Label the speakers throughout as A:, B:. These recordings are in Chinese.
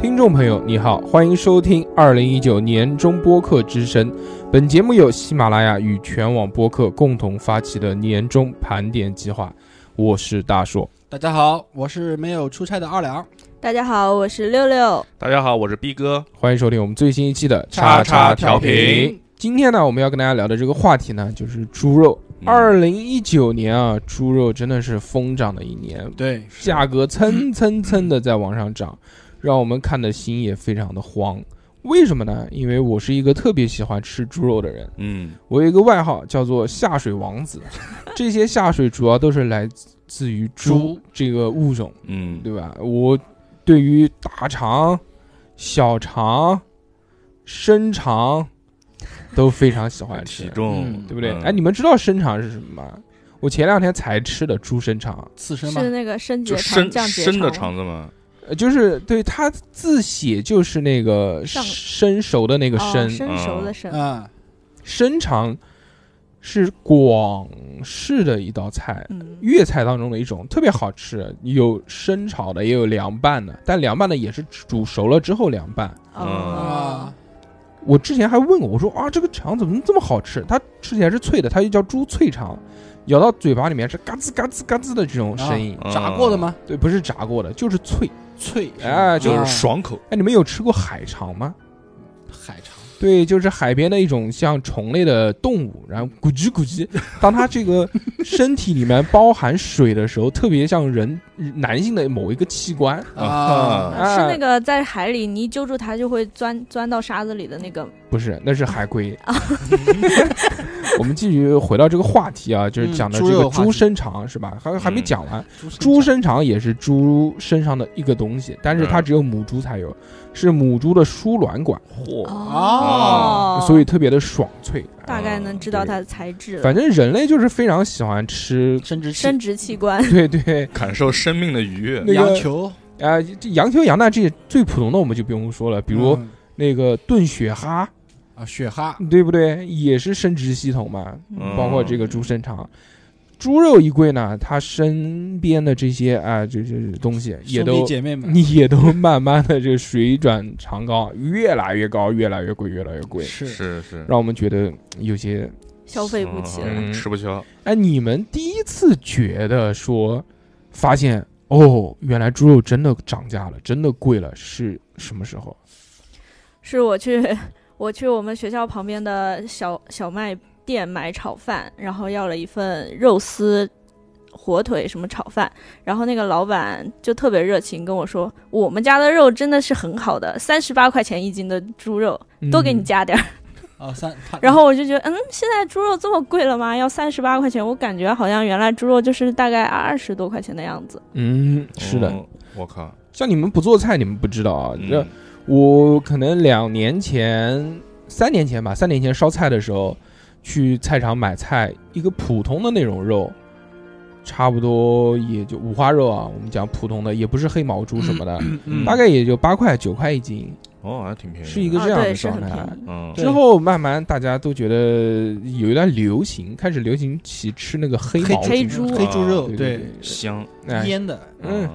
A: 听众朋友，你好，欢迎收听二零一九年中播客之声。本节目由喜马拉雅与全网播客共同发起的年终盘点计划。我是大硕，
B: 大家好，我是没有出差的二两。
C: 大家好，我是六六。
D: 大家好，我是逼哥。
A: 欢迎收听我们最新一期的
B: 叉
A: 叉
B: 叉调
A: 频
B: 频。
A: 今天呢，我们要跟大家聊的这个话题呢，就是猪肉。
D: 嗯
A: 二零一九年啊，猪肉真的是疯涨的一年，
B: 对，
A: 价格蹭蹭蹭的在往上涨，让我们看的心也非常的慌。为什么呢？因为我是一个特别喜欢吃猪肉的人，
D: 嗯，
A: 我有一个外号叫做下水王子。这些下水主要都是来自于猪
B: 猪
A: 这个物种，
D: 嗯，
A: 对吧？我对于大肠、小肠、深肠都非常喜欢吃
D: 体，重
B: 嗯
A: 对不对？
D: 嗯
A: 哎，你们知道深肠是什么吗？我前两天才吃的猪深肠，
B: 刺身吗？
C: 是那个升级
D: 就
C: 肠
D: 生
C: 降解
D: 生的
C: 肠
D: 肠子嘛，
A: 呃，就是对它字写就是那个
C: 上
A: 生熟的那个
C: 哦，
A: 生，
C: 生熟的生，
B: 嗯，
A: 生肠是广式的一道菜，
C: 嗯，
A: 粤菜当中的一种，特别好吃，有生炒的，也有凉拌的，但凉拌的也是煮熟了之后凉拌。
C: 哦
B: 啊，，
A: 我之前还问过，我说啊，这个肠怎么这么好吃？它吃起来是脆的，它又叫猪脆肠，咬到嘴巴里面是嘎吱嘎吱嘎吱的这种声音，
D: 嗯
B: 炸过的？吗？
A: 对，不是炸过的，就是脆。
B: 脆是吧
A: 哎就
D: 嗯就是
B: 啊
D: 爽口。
A: 哎，你们有吃过海肠吗？
B: 海肠，
A: 对，就是海边的一种像虫类的动物，然后咕叽咕叽。当它这个身体里面包含水的时候，特别像人男性的某一个器官，
B: 啊
D: 啊
C: 是
A: 哎
C: 那个在海里你一揪住它就会钻钻到沙子里的那个，
A: 不是，那是海龟。 我们继续回到这个话题啊，就是
B: 嗯
A: 讲的
B: 猪
A: 这个
B: 肉话
A: 猪
B: 题
A: 身肠是吧？还还没
D: 嗯
A: 讲完，
B: 猪
A: 猪
B: 身
A: 身肠也是猪身上的一个东西，但是它
D: 嗯
A: 只有母猪才有，是母猪的输卵管，
D: 嚯，
B: 哦
C: 哦，
A: 所以特别的爽脆。哎
C: 大概能知道它的材质了。
A: 反正人类就是非常喜欢 吃，
B: 生殖器、
C: 生殖器官，
A: 对对。
D: 感受生命的愉悦。
A: 那个
B: 羊球，
A: 啊、这羊球、羊蛋这些最普通的我们就不用说了，比如
B: 嗯
A: 那个炖雪蛤，
B: 啊，雪蛤，
A: 对不对？也是生殖系统嘛，
D: 嗯
A: 包括这个猪身肠。猪肉一贵呢，它身边的这些啊、这这这东西也
B: 兄弟
A: 都
B: 姐妹们，
A: 你也都慢慢的这个水涨船高，越来越高，越来越贵，越来越贵，
B: 是
D: 是是，
A: 让我们觉得有些
C: 消费不起了。
A: 嗯
D: 嗯吃不消。
A: 哎，你们第一次觉得说发现哦，原来猪肉真的涨价了，真的贵了，是什么时候？
C: 是我去 我去我们学校旁边的小小卖店买炒饭，然后要了一份肉丝、火腿什么炒饭，然后那个老板就特别热情跟我说，我们家的肉真的是很好的，三十八块钱一斤的猪肉，多给你
A: 嗯
C: 加点儿。
B: 啊，三，它
C: 然后我就觉得，嗯，现在猪肉这么贵了吗？要三十八块钱，我感觉好像原来猪肉就是大概二十多块钱的样子。
A: 嗯，是的，
D: 嗯，我靠，
A: 像你们不做菜，你们不知道啊。
D: 嗯
A: 这我可能两年前、三年前吧，三年前烧菜的时候，去菜场买菜，一个普通的那种肉，差不多也就五花肉啊，我们讲普通的，也不是黑毛猪什么 的，
B: 嗯
A: 大概也就八块九块一斤，
D: 哦，还挺便宜的，
A: 是一个
C: 啊
A: 这样的
C: 对是
A: 状
C: 很
A: 态。
C: 便宜
D: 嗯，
B: 对
A: 之后慢慢大家都觉得有一段流行，开始流行起吃那个黑毛
C: 黑
A: 猪，
C: 猪
B: 黑猪肉，
A: 嗯啊对
B: 对，
D: 香。
A: 哎
B: 腌的，
A: 嗯，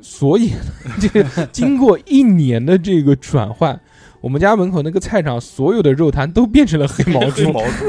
A: 所以呢，这个经过一年的这个转换，我们家门口那个菜场所有的肉摊都变成了黑 毛
D: 黑
A: 猪，
D: 毛猪，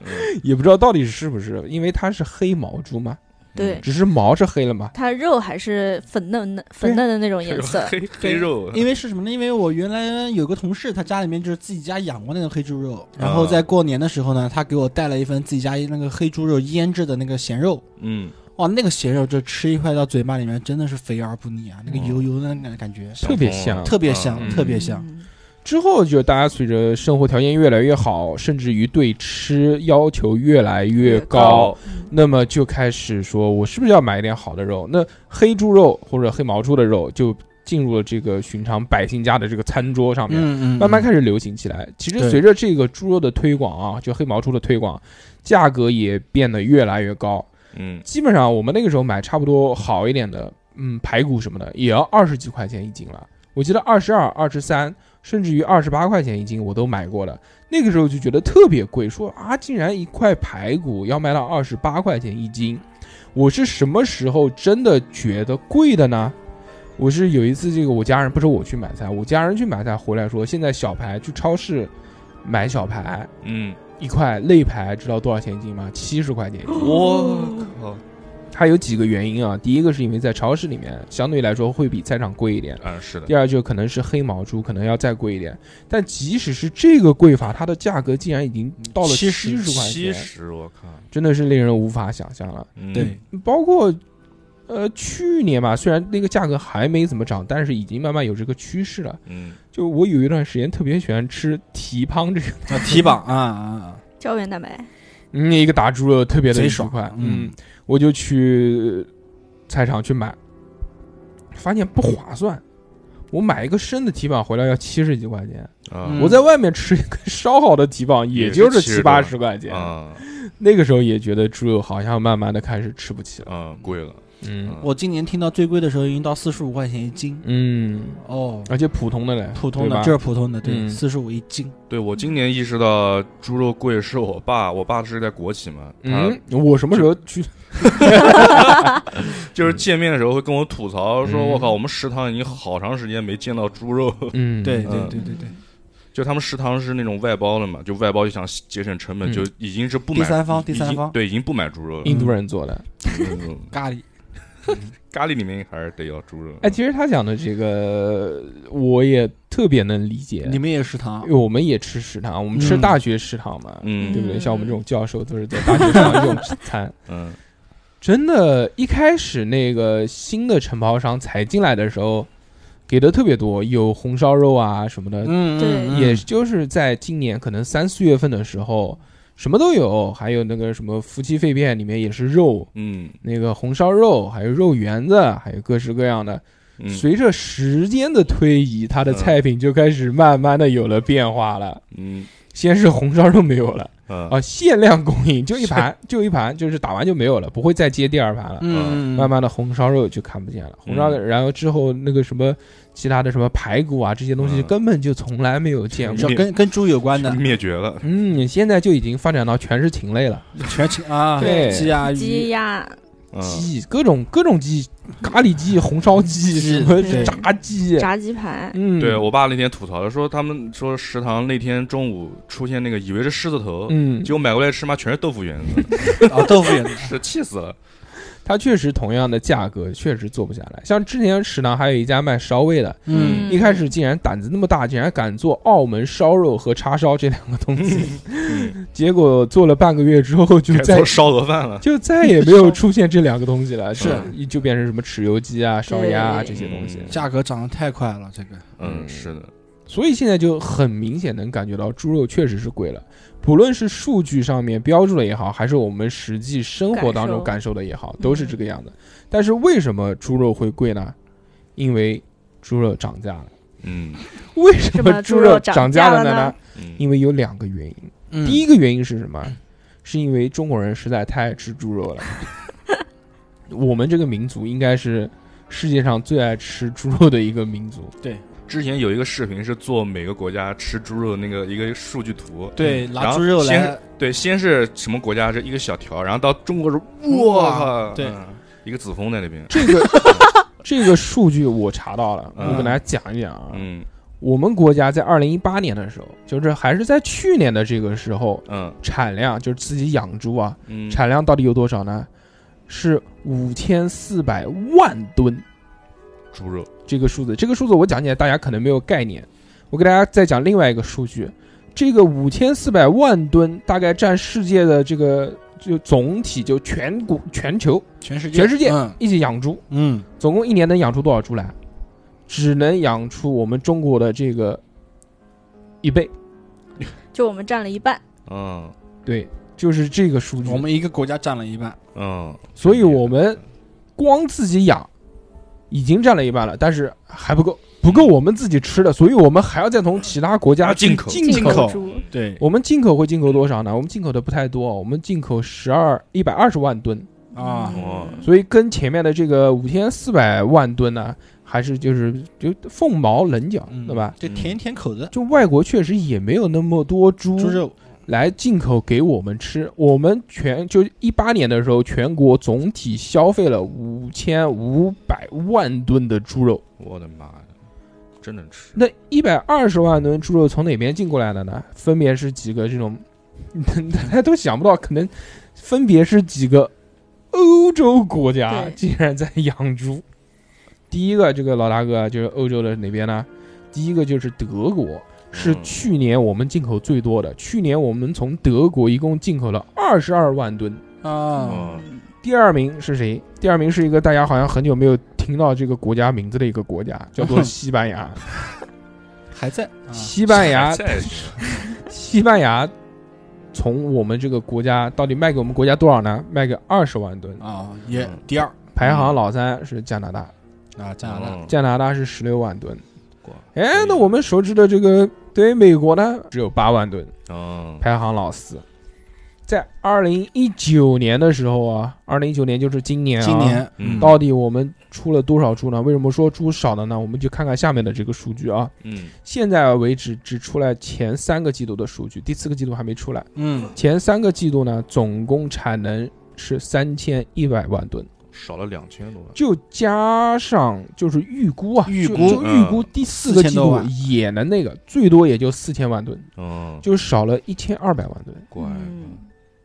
D: 嗯
A: 也不知道到底是不是，因为它是黑毛猪嘛，
C: 对
D: 嗯
A: 只是毛是黑了嘛。
C: 它肉还是粉嫩嫩、粉嫩 的那种颜色，
D: 黑黑肉，
B: 因为是什么呢？因为我原来有个同事，他家里面就是自己家养过那个黑猪肉，然后在过年的时候呢，他给我带了一份自己家那个黑猪肉腌制的那个咸肉。
D: 嗯，
B: 哇，那个咸肉就吃一块到嘴巴里面，真的是肥而不腻啊！那
A: 哦
B: 个油油的那个感觉，
D: 香
A: 特别
D: 疯了
A: 香
B: 特别香
A: 嗯，
B: 特别香。
C: 嗯
A: 之后就大家随着生活条件越来越好，甚至于对吃要求越来越
C: 越
A: 高，
C: 高嗯
A: 那么就开始说我是不是要买一点好的肉？那黑猪肉或者黑毛猪的肉就进入了这个寻常百姓家的这个餐桌上面。
B: 嗯嗯，
A: 慢慢开
B: 看，
A: 始流行起来。其实
B: 对
A: 随着这个猪肉的推广啊，就黑毛猪的推广，价格也变得越来越高。
D: 嗯，
A: 基本上我们那个时候买差不多好一点的，嗯，排骨什么的也要二十几块钱一斤了。我记得二十二、二十三，甚至于二十八块钱一斤我都买过了。那个时候就觉得特别贵，说啊，竟然一块排骨要卖到二十八块钱一斤，我是什么时候真的觉得贵的呢？我是有一次这个我家人不是我去买菜，我家人去买菜回来说，现在小排去超市买小排
D: 嗯，
A: 一块肋排，知道多少钱一斤吗？七十块钱一斤。
D: 我靠，
A: 它有几个原因啊，第一个是因为在超市里面相对来说会比菜场贵一点。
D: 啊是的，
A: 第二就可能是黑毛猪，可能要再贵一点，但即使是这个贵法，它的价格竟然已经到了七
B: 70
A: 十块
D: 七
A: 钱，
D: 十，我靠，
A: 真的是令人无法想象了。
D: 嗯
B: 对，
A: 包括呃去年吧，虽然那个价格还没怎么涨，但是已经慢慢有这个趋势了。
D: 嗯，
A: 就我有一段时间特别喜欢吃蹄膀这个，
B: 啊，提膀啊啊啊，
C: 胶原蛋白，
A: 嗯，一个打猪肉特别的
B: 贼
A: 愉
B: 爽
A: 快，
B: 嗯
A: 嗯，我就去菜场去买，发现不划算。我买一个生的蹄膀回来要七十几块钱，
D: 啊
B: 嗯
A: 我在外面吃一个烧好的蹄膀也就是
D: 也是
A: 七
D: 70多
A: 八十块钱。
B: 嗯
D: 啊
A: 那个时候也觉得猪肉好像慢慢的开始吃不起了。
D: 啊贵了，
A: 嗯
D: 嗯
B: 我今年听到最贵的时候已经到四十五块钱一斤
A: 嗯，
B: 哦，
A: 而且普通的嘞，
B: 普通
A: 对
B: 的
A: 吧
B: 这是普通的，对，
A: 嗯
B: 四十五一斤，
D: 对我今年意识到猪肉贵是我爸，我爸是在国企嘛，他
A: 嗯，
B: 啊
A: 我什么时候去？
D: 就是见面的时候会跟我吐槽说，
A: 嗯
D: 我靠，我们食堂已经好长时间没见到猪肉，
A: 嗯，
B: 对
D: 嗯
B: 对对对对，
D: 就他们食堂是那种外包的嘛，就外包就想节省成本，
A: 嗯
D: 就已经是不买
B: 第三方
D: 已经
B: 第三方
D: 对，已经不买猪肉了。
A: 印度人做的。
D: 嗯
B: 咖喱
D: 咖喱里面还是得要猪肉。
A: 哎，其实他讲的这个，我也特别能理解。
B: 你们也有食堂
A: 因为我们也吃食堂，我们吃
B: 嗯
A: 大学食堂嘛，
D: 嗯
A: 对不对？
C: 嗯
A: 像我们这种教授都是在大学食堂用餐。
D: 嗯
A: 真的，一开始那个新的承包商才进来的时候，给的特别多，有红烧肉啊什么的，
B: 嗯
C: 对
B: 嗯
A: 也就是在今年可能三四月份的时候，什么都有，还有那个什么夫妻肺片里面也是肉，
D: 嗯
A: 那个红烧肉，还有肉圆子，还有各式各样的。
D: 嗯，
A: 随着时间的推移，它的
D: 嗯
A: 菜品就开始慢慢的有了变化了。
D: 嗯
A: 先是红烧肉没有了
D: 啊
A: 啊，限量供应，就一盘， 就一盘，就是打完就没有了，不会再接第二盘了。
B: 嗯，
A: 慢慢的红烧肉就看不见
D: 嗯
A: 了，红烧肉，然后之后那个什么其他的什么排骨啊这些东西
D: 嗯
A: 根本就从来没有见
B: 只
A: 过
B: 要。跟跟猪有关的
D: 灭绝了。
A: 嗯，现在就已经发展到全是禽类了，
B: 全请啊，
A: 对
B: 鸡啊
C: 鸡
B: 鱼
C: 鸭，
D: 嗯
A: 鸡各种各种鸡，咖喱鸡、红烧鸡、什
B: 是
A: 么
B: 对
A: 炸鸡，
C: 炸鸡排，
A: 嗯，
D: 对我爸那天吐槽了，说他们说食堂那天中午出现那个以为是狮子头，
A: 嗯
D: 结，果买过来吃妈全是豆 腐圆子，
B: 啊豆腐也
D: 是气死了。
A: 它确实同样的价格确实做不下来。像之前食堂还有一家卖烧味的，
B: 嗯
A: 一开始竟然胆子那么大，竟然敢做澳门烧肉和叉烧这两个东西，
D: 嗯，
A: 结果做了半个月之后就
D: 改
A: 再
D: 做烧鹅饭了。
A: 就再也没有出现这两个东西了，
D: 是
A: 就就变成什么豉油鸡啊、烧鸭啊
C: 对
A: 这些东西
D: 嗯。
B: 价格涨得太快了，这个
D: 嗯，是的，
A: 所以现在就很明显能感觉到猪肉确实是贵了，不论是数据上面标注的也好，还是我们实际生活当中
C: 感
A: 感受的也好，都是这个样子。但是为什么猪肉会贵呢？因为猪肉涨价了。
D: 嗯
A: 为什
C: 什么
A: 猪
C: 猪肉
A: 涨
C: 涨价
A: 了
C: 了呢？
D: 嗯
A: 因为有两个原因。
B: 嗯
A: 第一个原因是什么？是因为中国人实在太爱吃猪肉了。我们这个民族应该是世界上最爱吃猪肉的一个民族。
D: 之前有一个视频是做每个国家吃猪肉那个一个数据图，嗯
B: 对
A: 嗯
D: 然
B: 拿
D: 后
B: 猪肉来
D: 先对，先是什么国家是一个小条，然后到中国是哇，
B: 对
D: 嗯一个子枫在那边，
A: 这 个这个数据我查到了，我给大家讲一讲啊。
D: 嗯
A: 我们国家在二零一八年的时候，就是还是在去年的这个时候，
D: 嗯
A: 产量就是自己养猪啊，
D: 嗯，
A: 产量到底有多少呢？是五千四百万吨。
D: 猪肉，
A: 这个数字，这个数字我讲起来大家可能没有概念。我给大家再讲另外一个数据，这个五千四百万吨大概占世界的这个就总体就全国全球
B: 全世界
A: 全世界
B: 嗯
A: 一起养猪，
B: 嗯
A: 总共一年能养出多少猪来？只能养出我们中国的这个一倍，
C: 就我们占了一半，
D: 嗯
A: 对，就是这个数据
B: 我。们一个国家占了一半，
D: 嗯，
A: 所以我们光自己养已经占了一半了，但是还不够，不够我们自己吃的，所以我们还要再从其他国家
D: 啊
A: 去
D: 进口
A: 进
B: 口
C: 猪，
B: 对
A: 我们进口会进口多少呢？我们进口的不太多，我们进口十二一百二十万吨，
B: 啊，
D: 哦
C: 嗯
A: 所以跟前面的这个五千四百万吨呢，还是就是就凤毛麟角，
B: 嗯
A: 对吧？
B: 对，
D: 嗯
B: 填一填口子，
A: 就外国确实也没有那么多猪
B: 猪肉
A: 来进口给我们吃。我们全就一八年的时候，全国总体消费了五千五百万吨的猪肉。
D: 我的妈呀，真能吃！
A: 那一百二十万吨猪肉从哪边进过来的呢？分别是几个这种， 大家都想不到，可能分别是几个欧洲国家
C: 对
A: 竟然在养猪。第一个，这个老大哥就是欧洲的哪边呢？第一个就是德国，是
D: 嗯
A: 去年我们进口最多的。去年我们从德国一共进口了二十二万吨。
B: 啊，
A: 哦
D: 嗯
A: 第二名是谁？第二名是一个大家好像很久没有听到这个国家名字的一个国家，叫做西班牙。
B: 还在啊
A: 西班牙
D: 还，在
A: 西班牙从我们这个国家到底卖给我们国家多少呢？卖给二十万吨。
B: 啊，也
A: 嗯
B: 第二
A: 排行老三是加拿大，
B: 啊，加拿大
D: 嗯
A: 加拿大是十六万吨。
D: 哇
A: 哎
D: 可以，
A: 那我们熟知的这个对美国呢，只有八万吨，
D: 嗯，
A: 排行老四。在二零一九年的时候啊，二零一九年就是今年啊，
B: 今年
D: 嗯
A: 到底我们出了多少猪呢？为什么说猪少了呢？我们就看看下面的这个数据啊。
D: 嗯
A: 现在为止只出来前三个季度的数据，第四个季度还没出来。
B: 嗯
A: 前三个季度呢，总共产能是三千一百万吨，
D: 少了两千多万，
A: 就加上就是预估啊，
B: 预
A: 就
B: 估
A: 就预估第四个季
B: 4000多
A: 度
B: 万
A: 也能那个，最多也就四千万吨，
D: 嗯，
A: 就少了一千二百万吨。
D: 乖，
C: 嗯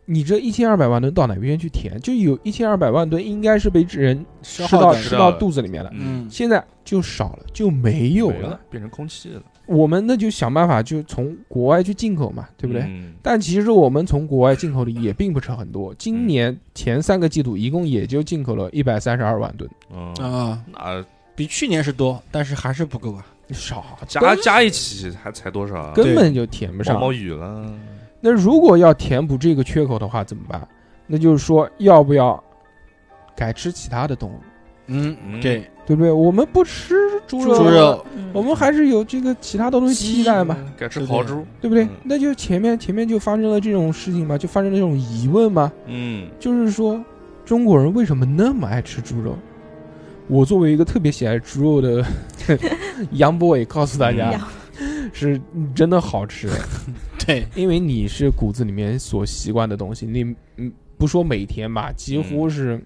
A: 你这一千二百万吨到哪边去填？就有一千二百万吨应该是被人
B: 吃
A: 吃
B: 好
A: 到
B: 的
A: 吃
D: 吃到
A: 到
D: 的
A: 肚子里面了，
B: 嗯
A: 现在就少了，就没有
D: 没
A: 了。，
D: 变成空气了，
A: 我们那就想办法就从国外去进口嘛，对不对？
D: 嗯
A: 但其实我们从国外进口的也并不是很多，今年前三个季度一共也就进口了一百三十二万吨，
D: 嗯，
B: 啊，
D: 那
B: 比去年是多，但是还是不够啊。
A: 少
D: 加加一起还才多少啊？
A: 根本就填不
D: 毛
A: 上
D: 毛。雨了，
A: 那如果要填补这个缺口的话，怎么办？那就是说，要不要改吃其他的动物，
B: 嗯，
D: 嗯
B: 对，
A: 对不对？我们不吃猪肉，
B: 猪肉
C: 嗯
A: 我们还是有这个其他的东西替代嘛，
D: 该吃
B: 对不
D: 豪
B: 对
D: 猪，
A: 对不对
D: 嗯？
A: 那就前面前面就发生了这种事情嘛，就发生了这种疑问嘛。
D: 嗯
A: 就是说，中国人为什么那么爱吃猪肉？我作为一个特别喜爱猪肉的 杨博伟，告诉大家
C: 嗯，
A: 是真的好吃，
B: 对，
A: 因为你是骨子里面所习惯的东西。你嗯，不说每天吧，几乎是。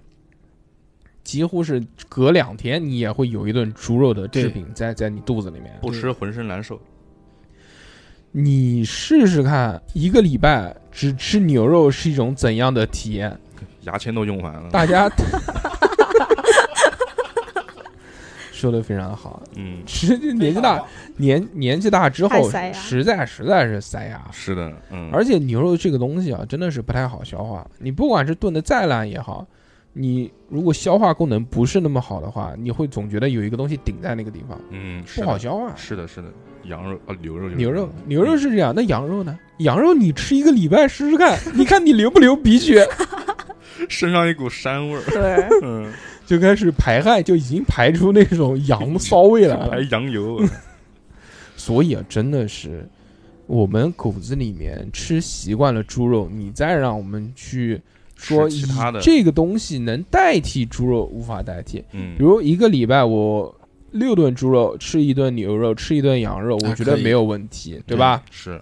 A: 几乎是隔两天，你也会有一顿猪肉的制品在在你肚子里面。
D: 不吃浑身难受，
A: 你试试看，一个礼拜只吃牛肉是一种怎样的体验？
D: 牙签都用完了，
A: 大家 说的非常好。
D: 嗯，
A: 实年纪大，年年纪大之后
C: 太塞，牙
A: 实在实在是塞牙。
D: 是的，嗯，
A: 而且牛肉这个东西啊，真的是不太好消化。你不管是炖的再烂也好，你如果消化功能不是那么好的话，你会总觉得有一个东西顶在那个地方，
D: 嗯是
A: 不
D: 的
A: 好消化。
D: 是的，是的，羊肉啊，牛肉就是
A: 牛
D: 这
A: 肉
D: 样，
A: 牛肉是这样，那羊肉呢？羊肉你吃一个礼拜试试 看，你看你流不流鼻血，
D: 嗯身上一股膻味儿，
C: 对，
D: 嗯，
A: 就开始排汗，就已经排出那种羊骚味来了
D: 还。羊油，
A: 所以啊，真的是我们骨子里面吃习惯了猪肉，你再让我们去说
D: 吃其他的
A: 以这个东西能代替猪肉，无法代替。
D: 嗯
A: 比，如一个礼拜我六顿猪肉，吃一顿牛肉，吃一顿羊肉，我
B: 啊
A: 觉得
B: 可以
A: 没有问题，对吧？？
D: 是，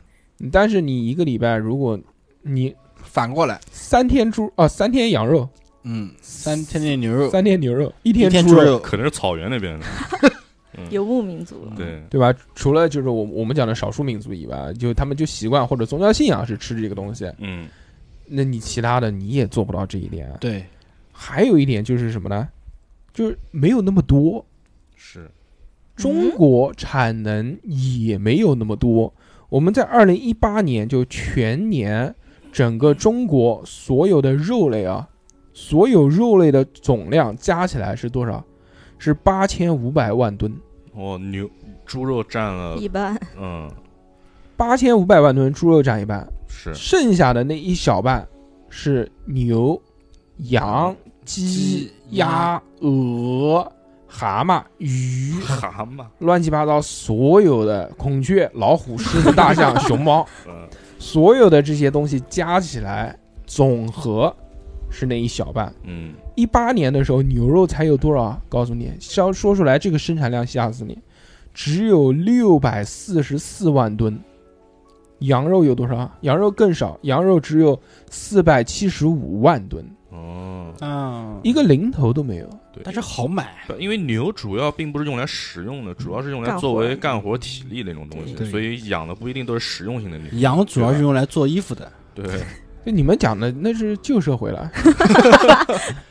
A: 但是你一个礼拜如果你
B: 反过来，
A: 三天猪啊，三天羊肉，
B: 嗯，三天天牛肉，
A: 三天牛肉，一
B: 一
A: 天
B: 猪
A: 肉，
B: 肉，
D: 可能是草原那边的，
C: 游牧民族
A: 嗯
C: 了，
D: 对，
A: 对吧？除了就是我我们讲的少数民族以外，就他们就习惯或者宗教信仰是吃这个东西，
D: 嗯，
A: 那你其他的你也做不到这一点。
B: 对，
A: 还有一点就是什么呢？就是没有那么多，
D: 是，
A: 中国产能也没有那么多。我们在二零一八年就全年整个中国所有的肉类啊，所有肉类的总量加起来是多少？是八千五百万吨。
D: 哦，牛猪肉占了，
C: 一般
D: 嗯，
A: 八千五百万吨猪肉占一半，
D: 是，
A: 剩下的那一小半是牛、羊、鸡
B: 鸡、
A: 鸭、鹅、蛤蟆、鱼、
D: 蛤蟆，
A: 乱七八糟所有的孔雀、老虎、狮子、大象、熊猫，
D: 嗯，
A: 所有的这些东西加起来总和是那一小半。
D: 嗯，
A: 一八年的时候，牛肉才有多少啊？告诉你，要说出来这个生产量吓死你，只有六百四十四万吨。羊肉有多少啊？羊肉更少，羊肉只有四百七十五万吨，
D: 哦，
B: 嗯，
A: 一个零头都没有。
D: 对，
B: 但是好买，
D: 对因为牛主要并不是用来食用的，主要是用来
C: 干活
D: 作为干活体力那种东西
B: 对，
D: 所以养的不一定都是实用性的牛。
B: 羊主要是用来做衣服的，
D: 对，
A: 就你们讲的那是旧社会了，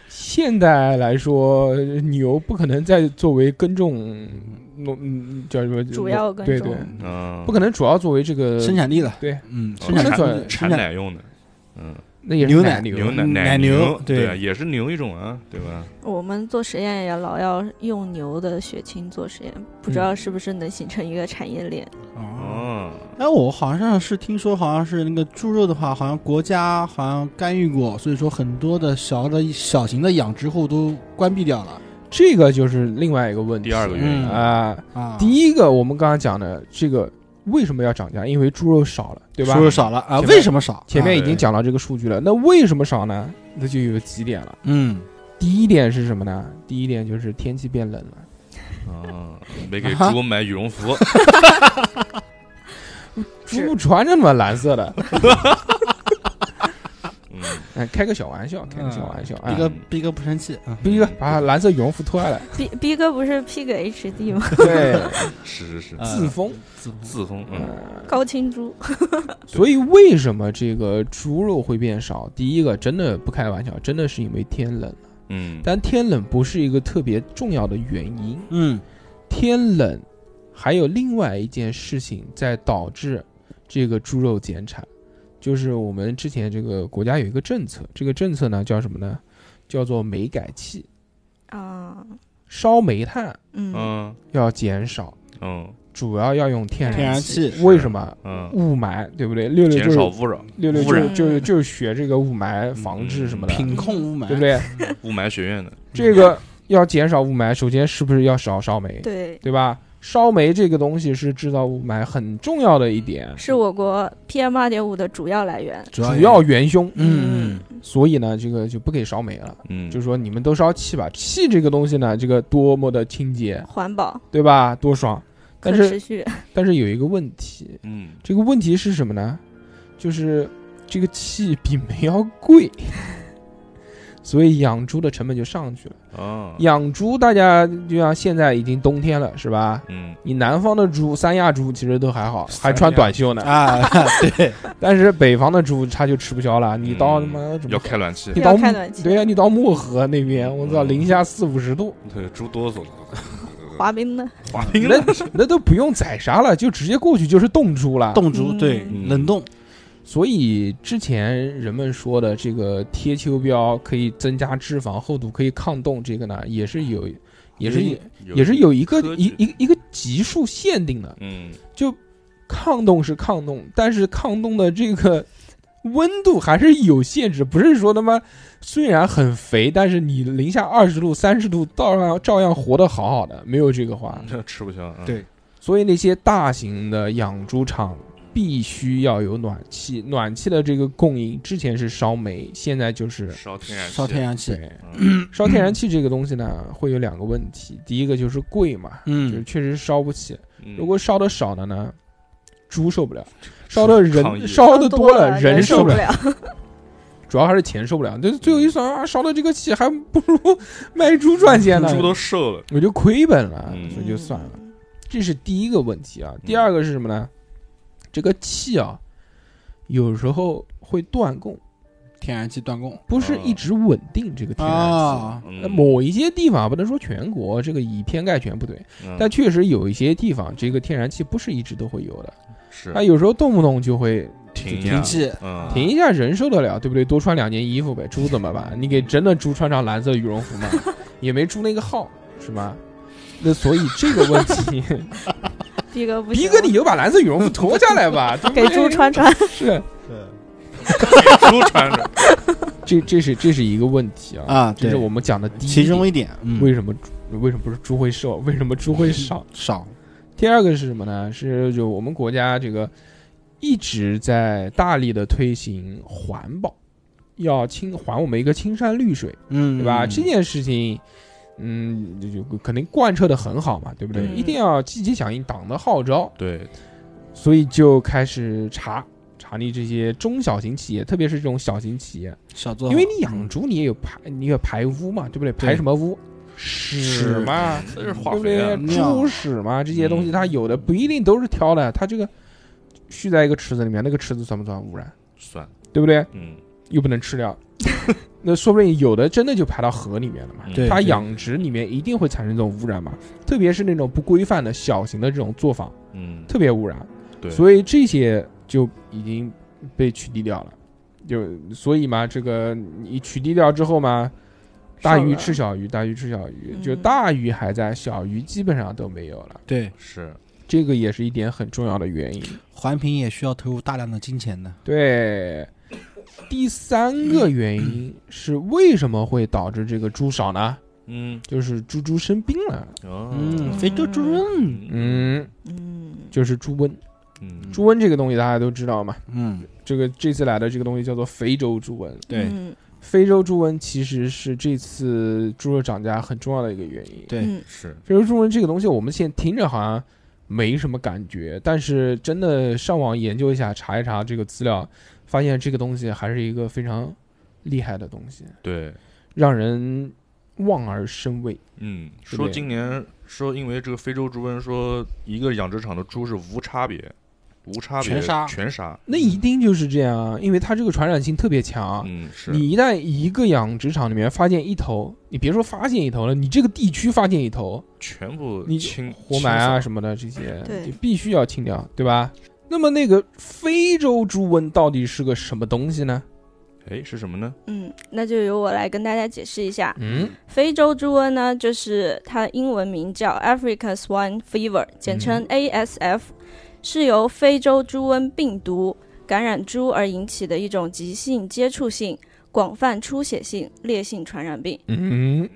A: 现代来说，牛不可能再作为耕种农嗯叫什么
C: 主要耕种
A: 对对，
D: 嗯，
A: 不可能主要作为这个
B: 生产力的，
A: 呃对，
B: 嗯，
D: 哦
B: 生产
A: 生
B: 力
A: 产
B: 的
D: 产奶用的，嗯，
A: 那也是
B: 牛
A: 奶
B: 奶
A: 牛
D: 牛奶
B: 奶牛
D: 牛，
B: 对
D: 啊，也是牛一种啊，对吧？
C: 我们做实验也老要用牛的血清做实验，不
A: 嗯
C: 知道是不是能形成一个产业链。
B: 哦。
D: 哦，
B: 哎，我好像是听说，好像是那个猪肉的话，好像国家好像干预过，所以说很多的小的小型的养殖户都关闭掉了
A: 这个就是另外一个问题。
D: 第二个原因
B: 嗯
A: 啊、
B: 啊。
A: 第一个我们刚刚讲的这个为什么要涨价？因为猪肉少了，对吧？
B: 猪肉少了啊？
A: 前面
B: 为什么少？
A: 前面
B: 啊
A: 已经讲到这个数据了，那为什么少呢？那就有几点了。
B: 嗯，
A: 第一点是什么呢？第一点就是天气变冷了。
D: 啊，没给
B: 啊
D: 猪买羽绒服，
A: 猪不穿着嘛，蓝色的。
D: 嗯，
A: 哎，开个小玩笑，开个小玩笑啊
B: 逼！哥逼哥不生气啊。
A: 逼哥把蓝色羽绒服脱下来，
C: 逼逼哥不是 P 给 HD 吗？
A: 对，
D: 是是是，
B: 啊
A: 自封。
B: 自
D: 呃自封，嗯，
A: 嗯
C: 高清猪，
A: 所以为什么这个猪肉会变少？第一个真的不开玩笑，真的是因为天冷。
D: 嗯，
A: 但天冷不是一个特别重要的原因。
B: 嗯
A: 天冷还有另外一件事情在导致这个猪肉减产，就是我们之前这个国家有一个政策，这个政策呢叫什么呢？叫做煤改气，
C: 啊，
A: 烧煤炭
C: 嗯，
D: 嗯
A: 要减少，
D: 嗯
A: 主要要用天
B: 天然
D: 哎
A: 气。
B: 气
A: 为什么？
D: 嗯，
A: 雾霾对不对？六六
D: 减少
A: 就
D: 污染，
A: 六六
D: 污
A: 就
D: 染
A: 就就学这个雾霾防治什么的，
B: 品控雾霾，
A: 对不？对？
D: 雾霾学院的，
A: 这个要减少雾霾，首先是不是要少烧煤？
C: 对，
A: 对吧？烧煤这个东西是制造雾霾很重要的一点，
C: 是我国 PM 二点五的主要来源。
B: 主
A: 主要元凶。
B: 嗯，
A: 所以呢，这个就不给烧煤了，
D: 嗯，
A: 就说你们都烧气吧。气这个东西呢，这个多么的清洁，
C: 环保、
A: 对吧？多爽。
C: 可
A: 但是
C: 持续，
A: 但是有一个问题，
D: 嗯，
A: 这个问题是什么呢？就是这个气比煤要 贵，所以养猪的成本就上去了。
D: 啊，
A: 养猪大家就像现在已经冬天了，是吧？
D: 嗯，
A: 你南方的猪，三亚猪其实都还好，还穿短袖呢。
B: 啊， 对，
A: 但是北方的猪它就吃不消了，你到他妈怎么
D: 嗯要开暖气
A: 你，到
C: 要开暖气
A: 对呀、你到漠河那边，我操，
D: 嗯
A: 零下四五十度，
D: 对，猪哆嗦，
C: 滑冰的，
D: 滑
A: 嗯
D: 冰
A: 那
D: 了，
A: 那都不用宰杀了，就直接过去就是冻猪了。
B: 冻猪
C: 嗯
B: 对
D: 嗯
B: 冷冻，
A: 所以之前人们说的这个贴秋膘可以增加脂肪厚度，可以抗冻，这个呢也是有，也是
B: 有
A: 也是有一个
D: 科
A: 一
D: 技
A: 一一个级数限定的，
D: 嗯，
A: 就抗冻是抗冻，但是抗冻的这个温度还是有限制，不是说他妈虽然很肥，但是你零下二十度、三十度照样照样活得好好的，没有这个话。
D: 这吃不消，嗯
B: 对
A: 所以那些大型的养猪场必须要有暖气，暖气的这个供应之前是烧煤，现在就是
D: 烧天然气，
B: 烧天然气，
A: 对
D: 嗯，
A: 烧天然气这个东西呢，会有两个问题，第一个就是贵嘛，就是
B: 嗯，
A: 确实烧不起，
D: 嗯
A: 如果烧的少了呢，猪受不了；烧的
D: 抗议
A: 人烧的
C: 多
A: 了，
C: 人
A: 人
C: 受
A: 不了。
C: 了。
A: 主要还是钱受不了，就是最后一算啊，烧的这个气还不如 卖猪赚钱呢，
D: 嗯猪都瘦了，
A: 我就亏本了，
D: 嗯
A: 所以就算了。这是第一个问题啊。第二个是什么呢？这个气啊，有时候会断供，
B: 天然气断供
A: 不是一直稳定这个天然气。
B: 啊，
A: 那
D: 嗯，
A: 某一些地方不能说全国，这个以偏概全不对，
D: 嗯
A: 但确实有一些地方这个天然气不是一直都会有的，
D: 是
A: 它有时候动不动就会
D: 停
B: 停
D: 呀，
B: 气，
D: 嗯，
A: 停一下人受得了，对不对？多穿两件衣服呗，猪怎么办？你给真的猪穿上蓝色羽绒服吗？ 也没猪那个号是吗？那所以这个问题，
C: 逼哥不行，
A: 逼哥你就把蓝色羽绒服脱下来吧，对不
C: 给
A: 对
C: 猪穿穿。
A: 是啊
D: 猪穿 着，
A: 这这是这是一个问题啊，
B: 啊，
A: 这是
B: 对
A: 我们讲的第一
B: 其中
A: 点
B: 一点，嗯，
A: 为什么猪为什么不是猪会瘦，为什么猪会少？
B: 少，
A: 第二个是什么呢？是就我们国家这个一直在大力的推行环保，要清还我们一个青山绿水。
B: 嗯，
A: 对吧？这件事情，嗯，就就肯定贯彻的很好嘛，对不对？
C: 嗯
A: 一定要积极响应党的号召。
D: 对，
A: 所以就开始查查你这些中小型企业，特别是这种小型企业，
B: 小作坊，
A: 因为你
B: 嗯
A: 养猪你也有排，你也有排污嘛，对不对？排什么污？屎嘛，
D: 这是化
A: 对不
D: 肥
A: 对
D: 啊？，
B: 尿
A: 猪屎嘛，这些东西
D: 嗯
A: 它有的不一定都是挑的，它这个蓄在一个池子里面，那个池子算不算污染？
D: 算，
A: 对不对？
D: 嗯，
A: 又不能吃掉，那说不定有的真的就排到河里面了嘛。
D: 嗯
B: 对
A: 它养殖里面一定会产生这种污染嘛，特别是那种不规范的小型的这种作坊，
D: 嗯，
A: 特别污染。
D: 对，以
A: 所以这些就已经被取缔掉了。就所以嘛，这个你取缔掉之后嘛， 大
C: 少
A: 鱼
C: 了
A: 吃小鱼，大鱼吃小鱼，
C: 嗯
A: 就大鱼还在，小鱼基本上都没有了。
B: 对
D: 是
A: 这个也是一点很重要的原因。
B: 环评也需要投入大量的金钱的。
A: 对，第三个原因是为什么会导致这个猪少呢？
D: 嗯
A: 就是猪猪生病了，
D: 哦
B: 嗯，非洲猪瘟，
A: 嗯，
C: 嗯，
A: 就是猪瘟。
D: 嗯
A: 猪瘟这个东西大家都知道嘛，
B: 嗯，
A: 这个这次来的这个东西叫做非洲猪瘟。
B: 对
C: 嗯
A: 非洲猪瘟其实是这次猪肉涨价很重要的一个原因。
B: 对，
C: 嗯
D: 是
A: 非洲猪瘟这个东西，我们现在听着好像没什么感觉，但是真的上网研究一下，查一查这个资料，发现这个东西还是一个非常厉害的东西，
D: 对，
A: 让人望而生畏。
D: 嗯，
A: 对
D: 说今年说因为这个非洲猪瘟，说一个养殖场的猪是无差别，无差别
B: 全杀
D: 全杀，
A: 那一定就是这样啊，因为它这个传染性特别强。
D: 嗯，是
A: 你一旦一个养殖场里面发现一头，你别说发现一头了，你这个地区发现一头，
D: 全部
A: 你
D: 清
A: 活埋啊
D: 清
A: 什么的这些，
C: 对嗯
A: 就必须要清掉，对吧？那么那个非洲猪瘟到底是个什么东西呢？
D: 扫，哎，是什么呢？
C: 嗯，那就由我来跟大家解释一下。
A: 嗯，
C: 非洲猪瘟呢，就是它英文名叫 African Swine Fever，简
A: 嗯
C: 称 ASF，、是由非洲猪瘟病毒感染猪而引起的一种急性接触性、广泛出血性烈性传染病。
A: 嗯，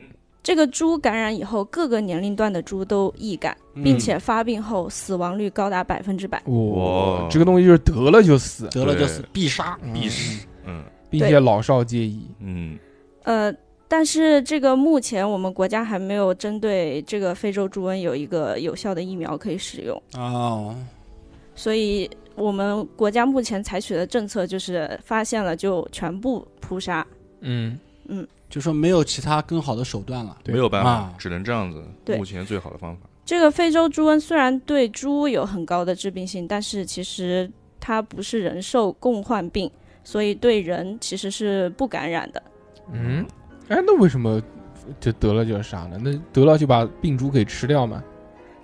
C: 这个猪感染以后，各个年龄段的猪都易感，并且发病后死亡率高达百分之百。
A: 哇
D: 哇，
A: 哦这个东西就是得了就死，
B: 得了就死，必杀。
D: 必死，嗯
A: 并且老少皆宜。
D: 嗯
C: 呃，但是这个目前我们国家还没有针对这个非洲猪瘟有一个有效的疫苗可以使用，
B: 哦，
C: 所以我们国家目前采取的政策就是发现了就全部扑杀。
A: 嗯，
B: 就说没有其他更好的手段了。
A: 对
D: 没有办法
B: 啊，
D: 只能这样子，
C: 对
D: 目前最好的方法，
C: 这个非洲猪瘟虽然对猪有很高的致病性，但是其实它不是人兽共患病，所以对人其实是不感染的。
A: 嗯，哎，那为什么就得了就要杀呢？那得了就把病猪给吃掉嘛？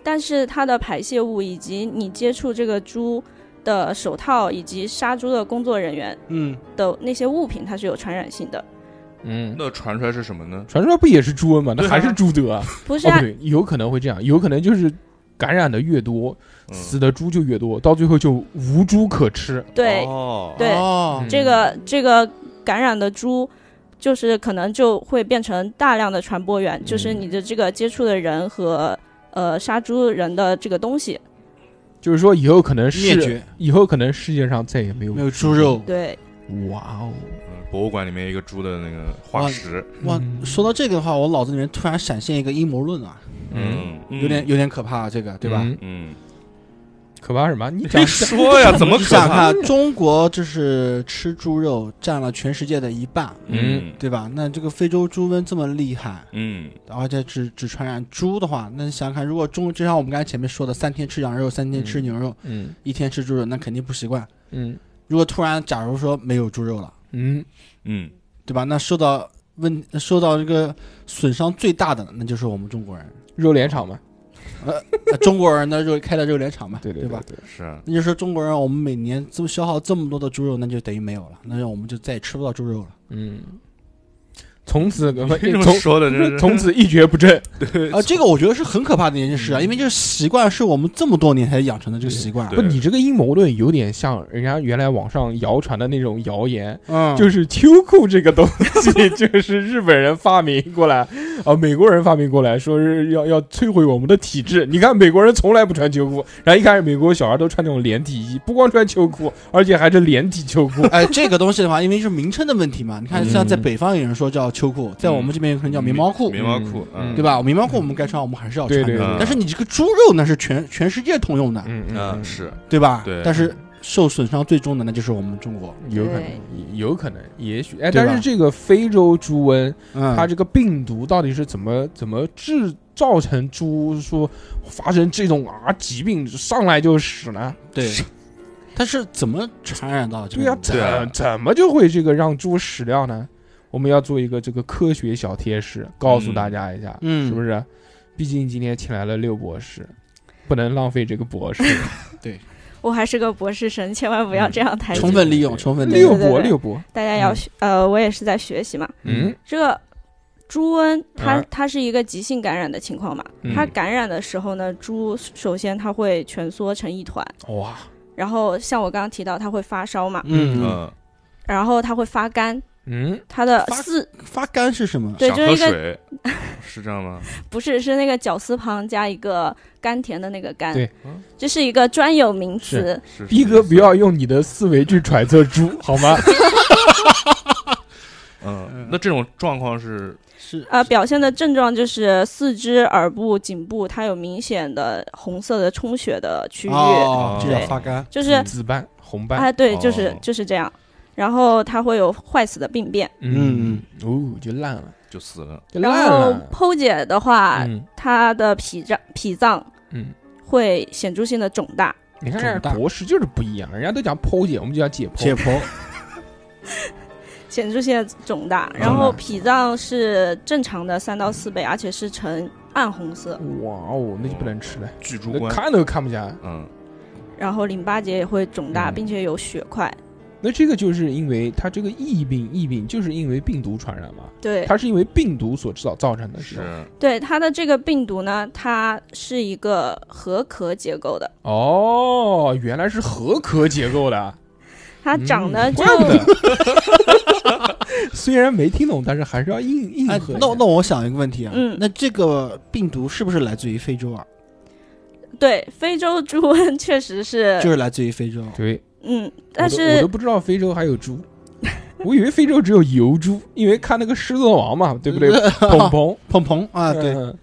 C: 但是它的排泄物以及你接触这个猪的手套以及杀猪的工作人员
B: 嗯，
C: 的那些物品，它是有传染性的。
A: 嗯，
D: 那传出来是什么呢？
A: 传出来不也是猪瘟吗？那
D: 对啊
A: 还是猪得啊？
C: 不是
A: 哦，
C: 啊
A: 不，对，有可能会这样，有可能就是感染的越多，
D: 嗯
A: 死的猪就越多，到最后就无猪可吃。
C: 对、
D: 哦
C: 对
B: 哦
A: 嗯
C: 这个这个感染的猪，就是可能就会变成大量的传播源，就是你的这个接触的人和呃杀猪人的这个东西。
A: 就是说以后可能世
B: 灭绝
A: 以后可能世界上再也没有
B: 没有猪肉。
C: 对，
A: 哇哦，
D: 嗯博物馆里面一个猪的那个化石，
B: 哇
A: 嗯，
B: 说到这个的话，我脑子里面突然闪现一个阴谋论啊，
A: 嗯，
D: 嗯，
B: 有点有点可怕啊，这个对吧？
A: 嗯
D: 嗯，
A: 可怕什么？你 讲
D: 别说呀，怎么
B: 你
D: 可
B: 想想
D: 怕？
B: 看，中国就是吃猪肉占了全世界的一半，
D: 嗯
B: 对吧？那这个非洲猪瘟这么厉害，
D: 嗯，
B: 而且只只传染猪的话，那你想想看，如果中就像我们刚才前面说的，三天吃羊肉，三天吃牛肉，
A: 嗯
B: 一天吃猪肉，那肯定不习惯。
A: 嗯
B: 如果突然假如说没有猪肉了，
A: 嗯，
D: 嗯，
B: 对吧？那受到问受到这个损伤最大的，那就是我们中国人，
A: 肉联厂嘛，
B: 呃中国人的肉开的肉联厂嘛，
A: 对对
B: 吧？？
D: 是啊，
B: 那就说中国人，我们每年这么消耗这么多的猪肉，那就等于没有了，那我们就再也吃不到猪肉了。
A: 嗯，从此我们
D: 这 么
A: 从
D: 说的，这
A: 从此一蹶不振。
B: 啊、这个我觉得是很可怕的一件
A: 嗯
B: 事啊，因为这个习惯是我们这么多年才养成的这个习惯啊。
A: 不，你这个阴谋论有点像人家原来网上谣传的那种谣言，
B: 嗯，。
A: 就是秋裤这个东西就是日本人发明过来，啊，美国人发明过来，说是要要摧毁我们的体制。你看美国人从来不穿秋裤， 然后一开始美国小孩都穿那种连体衣，不光穿秋裤，而且还是连体秋裤
B: 哎，这个东西的话，因为是名称的问题嘛，你看
A: 嗯
B: 像在北方有人说叫秋裤，在我们这边有可能叫棉毛裤，
D: 棉毛裤，
A: 嗯
B: 对吧？棉毛裤我们该穿，我们还是要
A: 对
B: 穿
A: 对
B: 的
A: 对。
B: 但是你这个猪肉那是全全世界通用 的，
A: 嗯
D: 嗯，是
B: 对吧？
D: 对
B: 但是受损伤最重的那就是我们中国，
A: 有可能
C: 对，
A: 有可能，也许哎，
B: 对吧
A: 但是这个非洲猪瘟，
B: 嗯，
A: 它这个病毒到底是怎么怎么制造成猪说发生这种啊疾病上来就死呢？
B: 对， 它是怎么传染到这
A: 对
B: 个？
A: 呀、
D: 对啊
A: 怎怎么就会这个让猪死掉呢？我们要做一个这个科学小贴士，告诉大家一下，
B: 嗯
A: 是不是？毕竟今天请来了六博士，不能浪费这个博士。
C: 我还是个博士生，千万不要这样抬举
B: 充。分利用，充分利
A: 六
B: 用。
C: 对
A: 博
C: 对对
A: 六博，
C: 大家要学，呃，我也是在学习嘛。
A: 嗯，
C: 这个猪瘟，它
A: 啊
C: 它是一个急性感染的情况嘛。
A: 嗯
C: 它感染的时候呢，猪首先它会蜷缩成一团，
A: 哇，
C: 然后像我刚刚提到，它会发烧嘛，
B: 嗯，嗯
D: 嗯，
C: 然后它会发干，
A: 嗯，
C: 它的
B: 发
C: 四
B: 发干是什么？
C: 对，
D: 想
C: 就是
D: 喝
C: 一个
D: 水，是这样吗？
C: 不是是那个绞丝旁加一个甘甜的那个甘，
A: 对
D: 嗯
C: 这是一个专有名词。
D: 是
A: 逼哥不要，用你的思维去揣测猪，好吗？
D: 嗯，那这种状况是
B: 是
C: 呃，表现的症状就是四肢、耳部、颈部，它有明显的红色的充血的区域，
B: 哦，这
D: 对
B: 叫发干。
C: 就是
A: 紫斑、红
C: 啊、
A: 斑，
C: 对，就是
D: 哦
C: 就是这样。然后它会有坏死的病变，
B: 嗯，
A: 哦，就烂了，
D: 就死了，
A: 就
C: 然
A: 烂
C: 后
A: 了。
C: 剖姐的话，
A: 嗯
C: 她的脾脏脾脏
A: 嗯，
C: 会显著性的肿大，
A: 你看人
B: 肿
A: 家
B: 大
A: 博士就是不一样，人家都讲剖解，我们就讲解
B: 解
A: 剖。
B: 剖，
C: 显著性的肿大。
A: 嗯
C: 然后脾脏是正常的三到四倍，而且是呈暗红色。
A: 哇哦，那就不能吃了，
D: 巨猪
A: 那
D: 官，
A: 看都看不见。
D: 嗯，
C: 然后淋巴结也会肿大，
A: 嗯
C: 并且有血块。
A: 那这个就是因为它这个疫病，疫病就是因为病毒传染嘛，
C: 对
A: 它是因为病毒所造造成的，吧
D: 是
C: 对，它的这个病毒呢，它是一个核壳结构的，
A: 哦，原来是核壳结构的，
C: 它长得
A: 嗯
C: 就、
A: 怪不得。 虽然没听懂，但是还是要硬硬
B: 哎
A: 核。，
B: 那那我想一个问题啊，
C: 嗯
B: 那这个病毒是不是来自于非洲啊？
C: 对非洲猪瘟确实是，
B: 就是来自于非洲。啊
A: 对，
C: 嗯，但
A: 我都我
C: 是
A: 都不知道非洲还有猪， 我以为非洲只有油猪，因为看那个《狮子王》嘛，对 不对？鹏鹏
B: 鹏鹏啊，对，
A: 嗯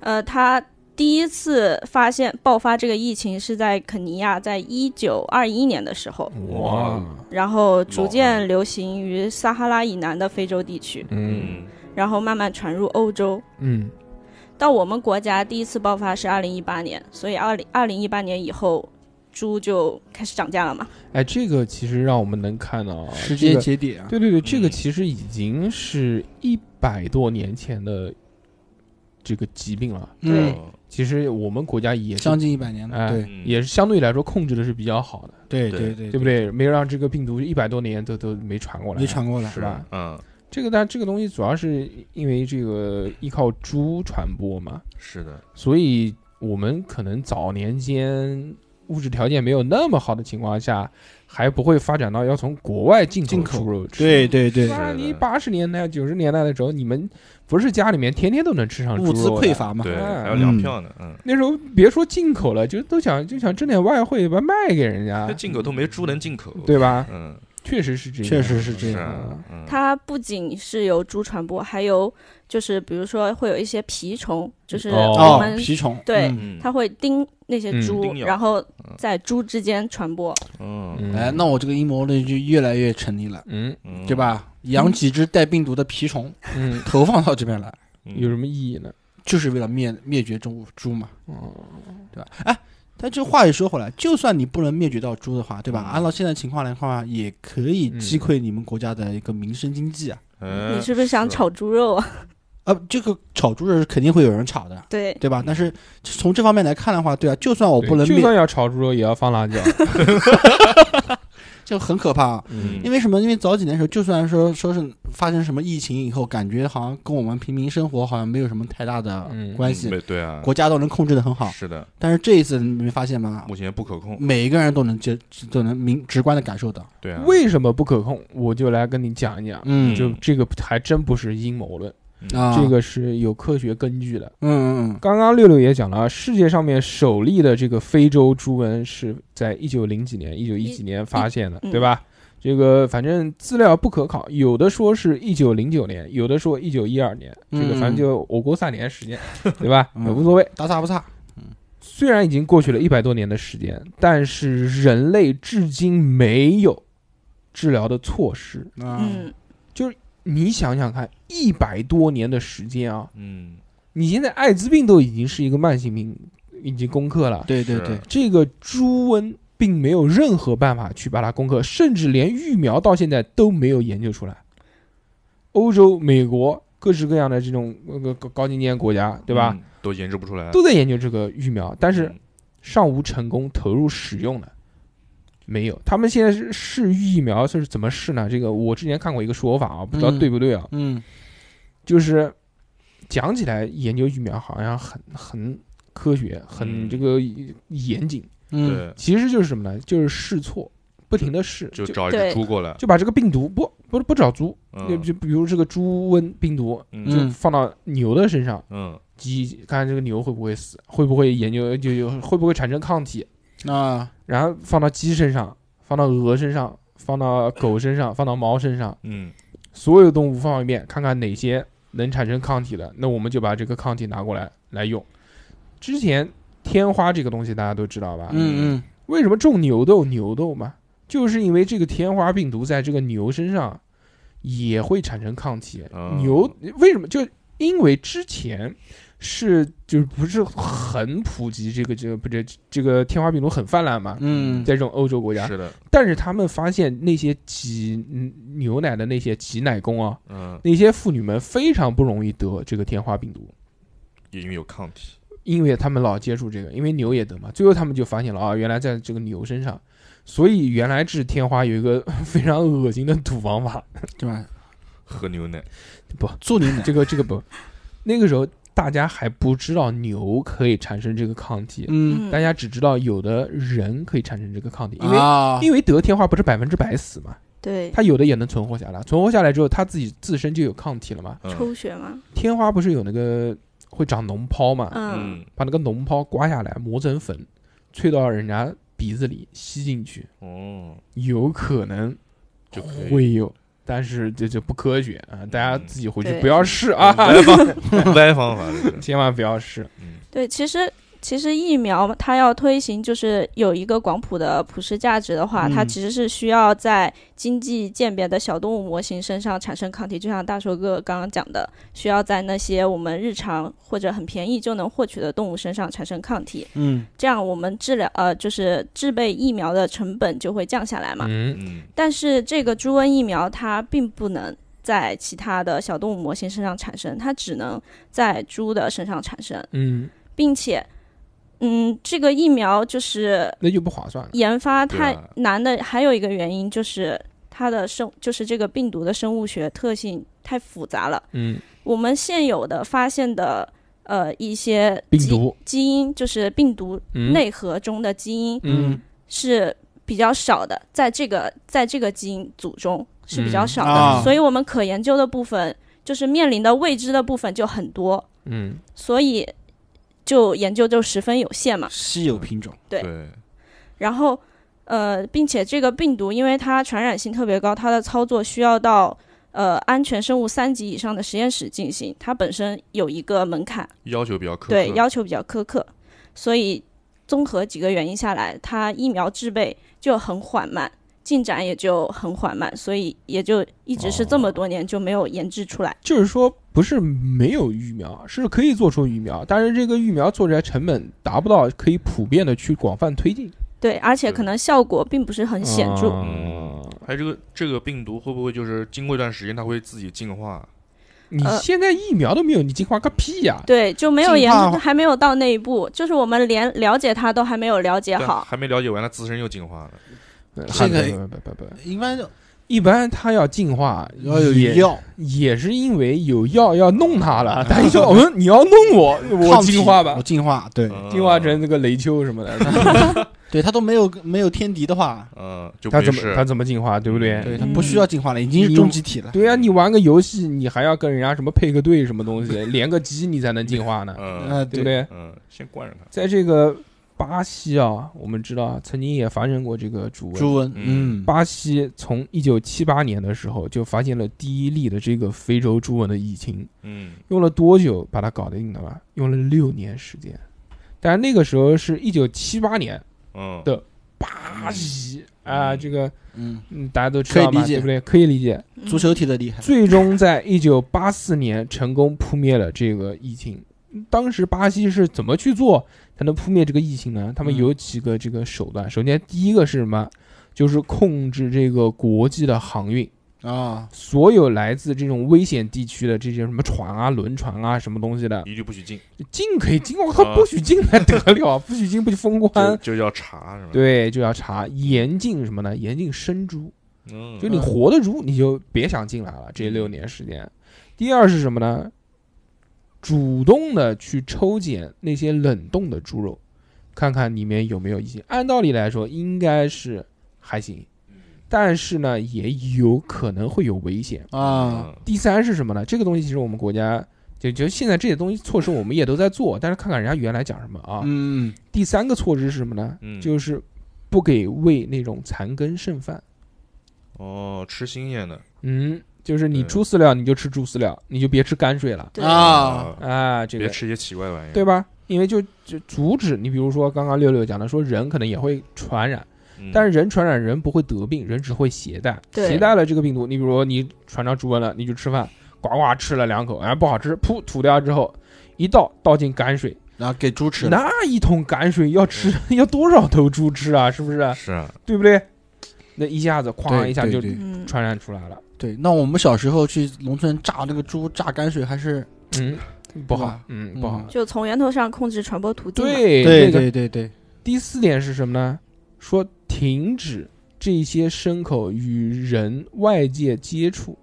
C: 呃，它第一次发现爆发这个疫情是在肯尼亚，在一九二一年的时候，
A: 嗯哇，
C: 然后逐
D: 老
C: 渐流行于撒哈拉以南的非洲地区，
A: 嗯
D: 嗯，
C: 然后慢慢传入欧洲。
A: 嗯，
C: 到我们国家第一次爆发是二零一八年，所以二零二零一八年以后，猪就开始涨价了嘛。
A: 哎，这个其实让我们能看到啊
B: 时
A: 这
B: 间
A: 个
B: 节点啊，
A: 对对对，这个
D: 嗯
A: 其实已经是一百多年前的这个疾病了。
B: 嗯，
D: 哦
A: 其实我们国家也是
B: 将，近一百年了，
A: 哎
B: 对
D: 嗯
A: 也是相对来说控制的是比较好的，
B: 对
D: 对
B: 对
A: 对不？对？没有让这个病毒一百多年都都没传过来。
B: 没传过来，
A: 是吧？
D: 嗯，
A: 这个，但这个东西主要是因为这个依靠猪传播嘛，
D: 是的，
A: 所以我们可能早年间物质条件没有那么好的情况下，还不会发展到要从国外进
B: 进口
A: 口猪肉吃。
B: 对对对，
A: 那
D: 是的
A: 你八十年代、九十年代的时候，你们不是家里面天天都能吃上猪
B: 物资
A: 肉的
B: 匮。乏嘛，
D: 对，
A: 嗯
D: 还有粮票呢，嗯，
A: 那时候别说进口了，就都想就想挣点外汇，把它卖给人家
D: 这，进口都没猪能进口，
A: 对吧？
D: 嗯，
A: 确实是这样，
B: 确实是这
D: 是
B: 样。
D: 啊，嗯，
C: 它不仅是有猪传播，还有就是比如说会有一些蜱虫，就是
A: 哦
C: 我
B: 哦
C: 们、，
B: 蜱虫，
C: 对
B: 嗯
D: 嗯
C: 它会叮那些
A: 嗯
C: 猪，
D: 叮咬
C: 然后在猪之间传播。
D: 嗯
A: 嗯。
B: 哎，那我这个阴谋论就越来越成立了，
A: 嗯
D: 嗯，
B: 对？吧？养几只带病毒的蜱虫，
A: 嗯，
B: 投放到这边来，
D: 嗯
A: 有什么意义呢？
B: 就是为了灭灭绝中猪嘛，
A: 哦，
B: 对吧？哎，但这话又说回来，就算你不能灭绝到猪的话，对吧？
D: 嗯
B: 按照现在情况来看啊，也可以击溃你们国家的一个民生经济啊。
D: 嗯？
C: 你是不哎是想炒猪肉啊？
B: 啊，这个炒猪肉是肯定会有人炒的，
C: 对，
B: 对吧？但是从这方面来看的话，对啊，就算我
A: 我
B: 不能
A: 就
B: 灭，
A: 算要炒猪肉，也要放辣 椒。
B: 就很可怕啊。
D: 嗯？
B: 因为什么？因为早几年的时候，就算说说是发生什么疫情以后，感觉好像跟我们平民生活好像没有什么太大的
A: 嗯
B: 关系，
D: 没对啊，
B: 国家都能控制的很好。
D: 是的，
B: 但是这一次你没发现吗？
D: 目前不可控，
B: 每一个人都能接，都能明直观的感受到。
D: 对啊，
A: 为什么不可控？我就来跟你讲一讲。
B: 嗯，
A: 就这个还真不是阴谋论，
B: 啊，
A: 这个是有科学根据的。
B: 嗯嗯
A: 刚刚六六也讲了啊，世界上面首例的这个非洲猪瘟是在一九零几年、一九一几年发现的，
C: 嗯
A: 对吧？这个反正资料不可考，有的说是一九零九年，有的说一九一二年，这个
B: 嗯
A: 反正就我国三年时 间，对吧？
B: 嗯
A: 也无所谓。
B: 嗯，大差不差。
A: 虽然已经过去了一百多年的时间，但是人类至今没有治疗的措施。
B: 啊，
C: 嗯，
A: 你想想看，一百多年的时间啊，
D: 嗯，
A: 你现在艾滋病都已经是一个慢性病，已经攻克了。
B: 对对
D: 是啊
B: 对，
A: 这个猪瘟并没有任何办法去把它攻克，甚至连疫苗到现在都没有研究出来。欧洲、美国各式各样的这种呃高高精尖国家，对吧，？
D: 嗯都研制不出来，
A: 都在研究这个疫苗，但是
D: 嗯
A: 尚无成功投入使用的，没有。他们现在是试疫苗，就是怎么试呢？这个我之前看过一个说法啊，不知道
B: 嗯
A: 对不对啊，
B: 嗯
A: 就是讲起来研究疫苗好像很很科学，很
D: 嗯
A: 这个严谨，
B: 嗯，
D: 对，
A: 其实就是什么呢？就是试错，不停的试，
D: 就
A: 就
D: 找一只
C: 对
D: 猪过来，
A: 就把这个病毒不不不找猪，
D: 嗯
A: 就比如这个猪瘟病毒，
D: 嗯
A: 就放到牛的身上，
D: 嗯
A: 鸡看这个牛会不会死，会不会研究就有会不会产生抗体，
B: 啊，
A: 然后放到鸡身上，放到鹅身上，放到狗身上，放到猫身上，
D: 嗯
A: 所有动物放一遍，看看哪些能产生抗体的，那我们就把这个抗体拿过来来用。之前天花这个东西大家都知道吧？
B: 嗯嗯
A: 为什么种牛痘？牛痘嘛，就是因为这个天花病毒在这个牛身上也会产生抗体。
D: 哦
A: 牛为什么？就因为之前是就是不是很普及这个这个不这这个天花病毒很泛滥嘛，
B: 嗯，
A: 在这种欧洲国家，
D: 是的，
A: 但是他们发现那些挤嗯牛奶的那些挤奶工啊，
D: 嗯，
A: 那些妇女们非常不容易得这个天花病毒。
D: 也因为有抗体，
A: 因为他们老接触这个，因为牛也得嘛，最后他们就发现了啊，原来在这个牛身上，所以原来治天花有一个 非常恶心的土方法，
B: 对吧？
D: 喝牛奶，
B: 做牛奶，
A: 这个这个不，那个时候大家还不知道牛可以产生这个抗体，
B: 嗯，
A: 大家只知道有的人可以产生这个抗体，因为、
B: 啊，
A: 因为得天花不是百分之百死嘛，
C: 对，
A: 他有的也能存活下来，存活下来之后他自己自身就有抗体了嘛，
D: 嗯
C: 抽血嘛，
A: 天花不是有那个会长脓疱嘛，
C: 嗯，
D: 嗯，
A: 把那个脓疱刮下来，磨成粉，吹到人家鼻子里吸进去，
D: 哦，
A: 有可能
D: 就可以
A: 会有，但是这就不科学啊！大家自己回去
C: 嗯对
A: 不要试啊，
D: 歪方歪方法，这 是
A: 千万不要试。
D: 嗯
C: 对，其实其实疫苗它要推行，就是有一个广谱的普世价值的话，它
B: 嗯
C: 其实是需要在经济鉴别的小动物模型身上产生抗体，就像大寿哥刚刚讲的，需要在那些我们日常或者很便宜就能获取的动物身上产生抗体，
B: 嗯
C: 这样我们治疗呃就是制备疫苗的成本就会降下来嘛。
A: 嗯，
D: 嗯
C: 但是这个猪瘟疫苗它并不能在其他的小动物模型身上产生，它只能在猪的身上产生。
A: 嗯，
C: 并且，嗯，这个疫苗就是
A: 那就不划算了。
C: 研发太
D: 对啊
C: 难的，还有一个原因就是它的生，就是这个病毒的生物学特性太复杂了。
A: 嗯，
C: 我们现有的发现的呃一些
A: 病
C: 基
A: 毒
C: 基因，就是病毒
A: 嗯
C: 内核中的基因
A: 嗯
C: 是比较少的，在这个在这个基因组中是比较
A: 嗯
C: 少的，
B: 啊
C: 所以我们可研究的部分就是面临的未知的部分就很多。
A: 嗯，
C: 所以就研究就十分有限嘛。
B: 稀有品种，
C: 对
D: 对，
C: 然后，呃，并且这个病毒因为它传染性特别高，它的操作需要到呃安全生物三级以上的实验室进行，它本身有一个门槛，
D: 要求比较苛刻，
C: 对要求比较苛刻，所以综合几个原因下来，它疫苗制备就很缓慢。进展也就很缓慢，所以也就一直是这么多年就没有研制出来。
A: 就是说不是没有疫苗，是可以做出疫苗，但是这个疫苗做出来成本达不到可以普遍的去广泛推进，
C: 对，而且可能效果并不是很显著。
A: 嗯
D: 还有这个这个病毒会不会就是经过一段时间它会自己进化？
A: 你
C: 呃
A: 现在疫苗都没有，你进化个屁呀！
C: 对，就没有
B: 进
C: 研
B: 化，
C: 还没有到那一步，就是我们连了解它都还没有了解
D: 但
C: 好。
D: 还没了解完，它自身又进化了。
A: 呃
B: 这个
A: 不不不不不，
B: 一般
A: 一般它要进化
B: 要有
A: 也
B: 药，
A: 也是因为有药要弄它了，他一说嗯，你要弄我，我
B: 抗体
A: 进化吧
B: 我，进化，对，
D: 嗯
A: 进化成那个雷丘什么的，
B: 对它都没有没有天敌的话，
D: 嗯，就
A: 它
D: 没
A: 怎么它
D: 事。
A: 怎么进化，对不对？
B: 嗯对
A: 对
B: 它不需要进化了，已经是
A: 嗯你
B: 终极体了。
A: 呀、你玩个游戏，你还要跟人家什么配个队什么东西， 连个机你才能进化呢，
D: 嗯
B: 呃，
A: 对不
B: 对，
A: 对？
D: 嗯，先惯着它。
A: 在这个巴西啊，我们知道啊曾经也发生过这个猪瘟。
B: 朱文，
D: 嗯
B: 嗯，
A: 巴西从一九七八年的时候就发现了第一例的这个非洲猪瘟的疫情，
D: 嗯
A: 用了多久把它搞定的吧？用了六年时间。但那个时候是一九七八年，
D: 嗯，
A: 对巴西啊，
D: 嗯
A: 这个
B: 嗯，
A: 嗯大家都知道
B: 可以
A: 嘛，
B: 理解
A: 对不对？可以理解。
B: 嗯足球踢的厉害，
A: 最终在一九八四年成功扑灭了这个疫情。当时巴西是怎么去做才能扑灭这个疫情呢？他们
B: 嗯
A: 有几个这个手段。首先，第一个是什么？就是控制这个国际的航运，
B: 啊，
A: 所有来自这种危险地区的这些什么船啊、轮船啊、什么东西的，
D: 一律不许进，
A: 进可以进，我靠，
D: 啊
A: 不许进还得了？啊 不许进不就封
D: 就
A: 关？
D: 就要查是吧？，
A: 对，就要查，严禁什么呢？严禁生猪。
D: 嗯，
A: 就你活得住，你就别想进来了。这六年时间，第二是什么呢？主动的去抽检那些冷冻的猪肉，看看里面有没有异性。按道理来说，应该是还行，
D: 嗯
A: 但是呢，也有可能会有危险。
B: 啊，
D: 嗯
A: 第三是什么呢？这个东西其实我们国家就就现在这些东西措施我们也都在做，但是看看人家原来讲什么啊。
B: 嗯，
A: 第三个措施是什么呢？
D: 嗯
A: 就是不给喂那种残羹剩饭。
D: 哦，吃新鲜的
A: 嗯，就是你
D: 对
A: 猪饲料你就吃猪饲料，你就别吃泔水了
C: 对
B: 啊，，
A: 啊，这
D: 别
A: 个
D: 吃一些奇怪的玩意儿。
A: 对吧？因为就就阻止你，比如说刚刚六六讲的，说人可能也会传染，
D: 嗯，
A: 但是人传染人不会得病，人只会携带，
C: 对
A: 携带了这个病毒，你比如说你传到猪瘟了，你就吃饭，呱呱吃了两口，哎不好吃，噗吐掉之后，一倒倒进泔水，
B: 然后给猪吃了，
A: 那一桶泔水要吃要多少头猪吃啊？是不是？
D: 是啊，
A: 对不对？那一下子哐
B: 对
A: 一下
B: 对
A: 就
B: 对
C: 嗯，
A: 传染出来了，
B: 对，那我们小时候去农村榨那个猪榨泔水还是
A: 嗯，不
B: 对
A: 好
B: 吧，
A: 嗯，不好
B: 嗯。
C: 就从源头上控制传播途径嘛。
A: 对那个
B: 对对对，
A: 第四点是什么呢？说停止这些牲口与人外界接触，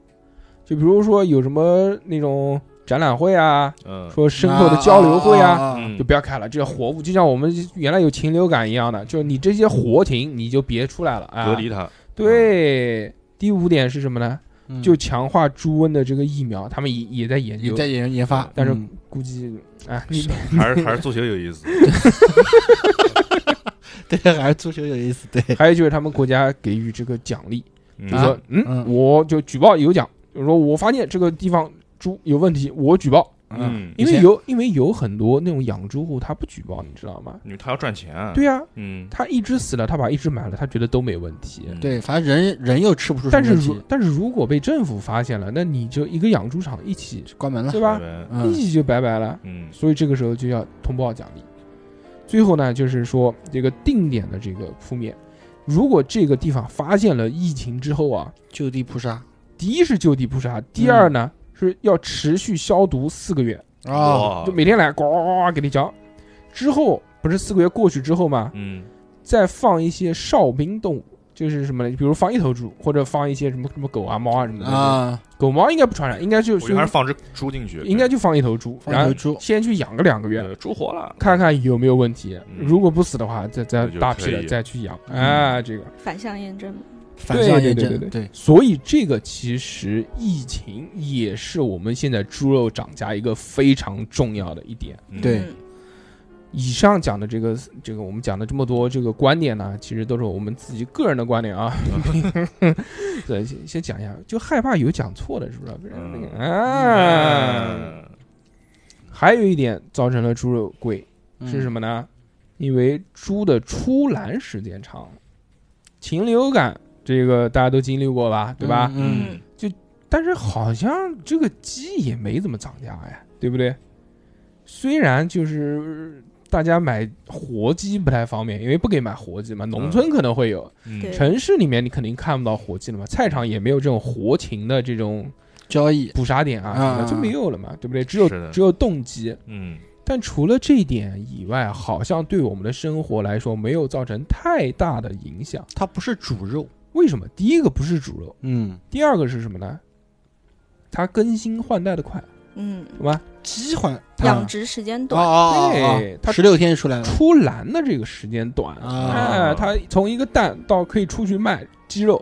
A: 就比如说有什么那种展览会啊，
D: 嗯，
A: 说牲口的交流会啊，
B: 啊，
D: 嗯
A: 就不要开了。这些活物就像我们原来有禽流感一样的，就你这些活禽你就别出来了啊。
D: 隔离。它，
A: 对，第五点是什么呢？
B: 嗯
A: 就强化猪瘟的这个疫苗，他们也也在研
B: 也
A: 究，
B: 在研研发，
A: 但是
B: 嗯
A: 估计啊，你
D: 还是还是足球有 意思。
B: 对，还是足球有意思，对，
A: 还有就是他们国家给予这个奖励。
D: 嗯
A: 就说嗯，
B: 嗯
A: 我就举报有奖，就说我发现这个地方猪有问题，我举报，
B: 啊
D: 嗯，
A: 因
B: 以
A: 为
B: 前
A: 有因为有很多那种养猪户他不举报，你知道吗？
D: 因为他要赚钱啊。
A: 对呀、
D: 嗯，
A: 他一只死了，他把一只买了，他觉得都没问题。
D: 嗯，
B: 对，反正人人又吃不出什
A: 但是
B: 么
A: 如
B: 东西，
A: 但是如果被政府发现了，那你就一个养猪场一起，
B: 关门了
A: 对，
D: 拜
A: 吧？
D: 拜
A: 一
B: 嗯
A: 起就拜拜了。
D: 嗯
A: 所以这个时候就要通报奖励。最后呢，就是说这个定点的这个扑灭，如果这个地方发现了疫情之后啊，
B: 就地扑杀
A: 第一是就地扑杀，第二呢、是要持续消毒四个月，
B: 啊，
D: 哇
A: 哦就每天来呱呱呱呱给你嚼。之后不是四个月过去之后嘛，
D: 嗯
A: 再放一些哨兵动物，就是什么呢？比如放一头猪，或者放一些什么什么狗啊、猫啊什么的。
B: 啊，
A: 狗猫应该不传染，应该就
D: 我觉得还是放只猪进去，
A: 应该就放一头猪，
B: 放
A: 然
B: 头
A: 后
B: 猪，
A: 先去养个两个月，
D: 对猪活了，
A: 看看有没有问题。
D: 嗯
A: 如果不死的话，再再
D: 那就
A: 大批
D: 可
A: 的
D: 以
A: 再去养。
B: 嗯
A: 啊，这个。
C: 反向验证嘛。
B: 反
A: 对
B: 向
A: 对
B: 验
A: 对
B: 证
A: 对，
B: 对，
A: 所以这个其实疫情也是我们现在猪肉涨价一个非常重要的一点。
D: 嗯
B: 对
C: 嗯
A: 以上讲的这个这个我们讲的这么多这个观点呢，其实都是我们自己个人的观点啊。对，先先讲一下，就害怕有讲错的，是不是？不然那个嗯啊，
D: 嗯
A: 还有一点造成了猪肉贵是什么
B: 么？
A: 呢？因为猪的出栏时间长了，禽流感这个大家都经历过吧，对吧？
B: 嗯，嗯，
A: 但是好像这个鸡也没怎么涨价哎，对不对？虽然就是大家买活鸡不太方便，因为不给买活鸡嘛，农村可能会有，
D: 嗯
C: 对
A: 城市里面你肯定看不到活鸡了嘛，菜场也没有这种活禽的这种
B: 交易
A: 捕杀点啊，什么
B: 啊
A: 的就没有了嘛，对不对？只有
D: 是的
A: 只有冻鸡。
D: 嗯
A: 但除了这一点以外，好像对我们的生活来说没有造成太大的影响。
B: 它不是主肉，
A: 为什么？第一个不是猪肉，
B: 嗯
A: 第二个是什么呢？它更新换代的快。
C: 嗯，
A: 懂吧？
B: 鸡环
A: 啊
C: 养殖时间
B: 哦
C: 短，
B: 哦哦
A: 对，它
B: 十六天就出来了，
A: 出栏的这个时间短，
B: 啊
A: 哎，它从一个蛋到可以出去卖鸡肉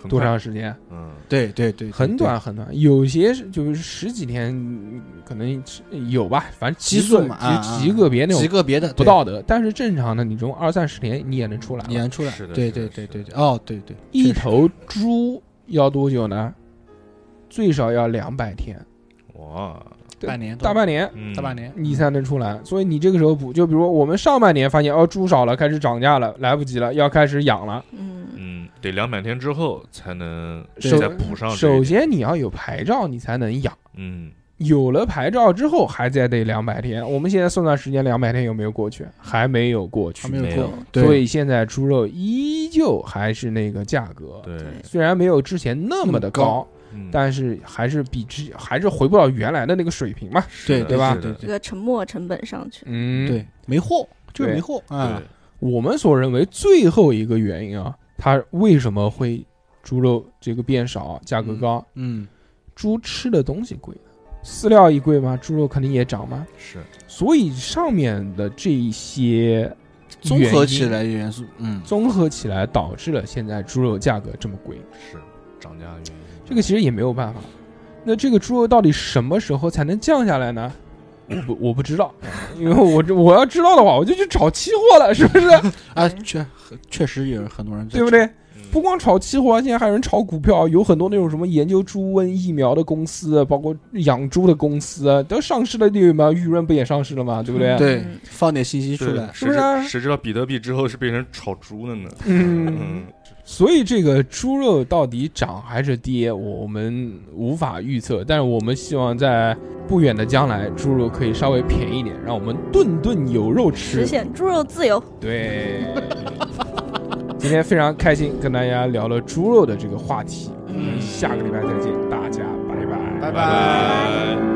D: 很
A: 多
D: 快？
A: 长时间？
D: 嗯，
B: 对对对，对
A: 很，短很短，有些是就是十几天，嗯可能是有吧，反正
B: 极
A: 个
B: 速嘛啊啊
A: 极极个别那
B: 对极
A: 种
B: 个别的
A: 不道德。但是正常的，你这种二三十天你也能出来了。
B: 演出来，
D: 是的
B: 对
D: 是
B: 对
D: 的
B: 对
D: 是
B: 对
D: 的
B: 对，哦对对，
A: 一
B: 确实
A: 头猪要多久呢？最少要两百天，
D: 哇，
A: 对
B: 半年多
A: 大半年
D: 嗯
B: 大半，年，
A: 你才能出来。所以你这个时候补，就比如说我们上半年发现哦猪少了，开始涨价了，来不及了，要开始养了。
C: 嗯，
D: 嗯，得两百天之后才能
A: 首
D: 再补上这一
A: 首
D: 点，
A: 先你要有牌照，你才能养。
D: 嗯，
A: 有了牌照之后，还在得两百天。我们现在算算时间，两百天有没有过去？还没有过去，
B: 还嗯没
D: 没
B: 有
D: 有
B: 过，
A: 所
B: 对，
A: 以现在猪肉依旧还是那个价格，
D: 对，
A: 虽然没有之前那么的
B: 那么
A: 高，
D: 嗯
A: 但是还是比之还是回不到原来的那个水平嘛。
D: 是
B: 对
D: 的
A: 对吧
D: 是
B: 对
D: 的
C: 这
B: 对
C: 个沉没成本上去，
A: 嗯，
B: 对，没货，就是
A: 对
B: 没货啊
D: 对，
A: 我们所认为最后一个原因啊，它为什么会猪肉这个变少，价格高？
B: 嗯，
A: 猪吃的东西贵，饲料一贵嘛，猪肉肯定也涨嘛。
D: 是
A: 所以上面的这一些
B: 综
A: 原
B: 合
A: 因
B: 起来元素，嗯，
A: 综合起来，导致了现在猪肉价格这么贵。
D: 是涨价的原因，
A: 这个其实也没有办法。那这个猪肉到底什么时候才能降下来呢？我不我不知道，因为我这我要知道的话，我就去炒期货了，是不 是？
B: 啊，确确实有很多人在
A: 对不对？
D: 嗯
A: 不光炒期货，现在还有人炒股票，有很多那种什么研究猪瘟疫苗的公司，包括养猪的公司，都上市了，对吗？玉润不也上市了吗？对不对？
B: 对
C: 嗯，
B: 放点信息出
D: 对
B: 来，
A: 是
D: 谁
A: 不
D: 知
A: 是啊
D: 谁知道比特币之后是变成炒猪了呢？
A: 嗯
D: 嗯，，
A: 所以这个猪肉到底涨还是跌，我们无法预测。但是我们希望在不远的将来，猪肉可以稍微便宜一点，让我们顿顿有肉吃
C: 实。现猪肉自由。
A: 对， 今天非常开心跟大家聊了猪肉的这个话题，我们
C: 嗯
A: 下个礼拜再见，大家拜拜，
B: 拜
D: 拜拜。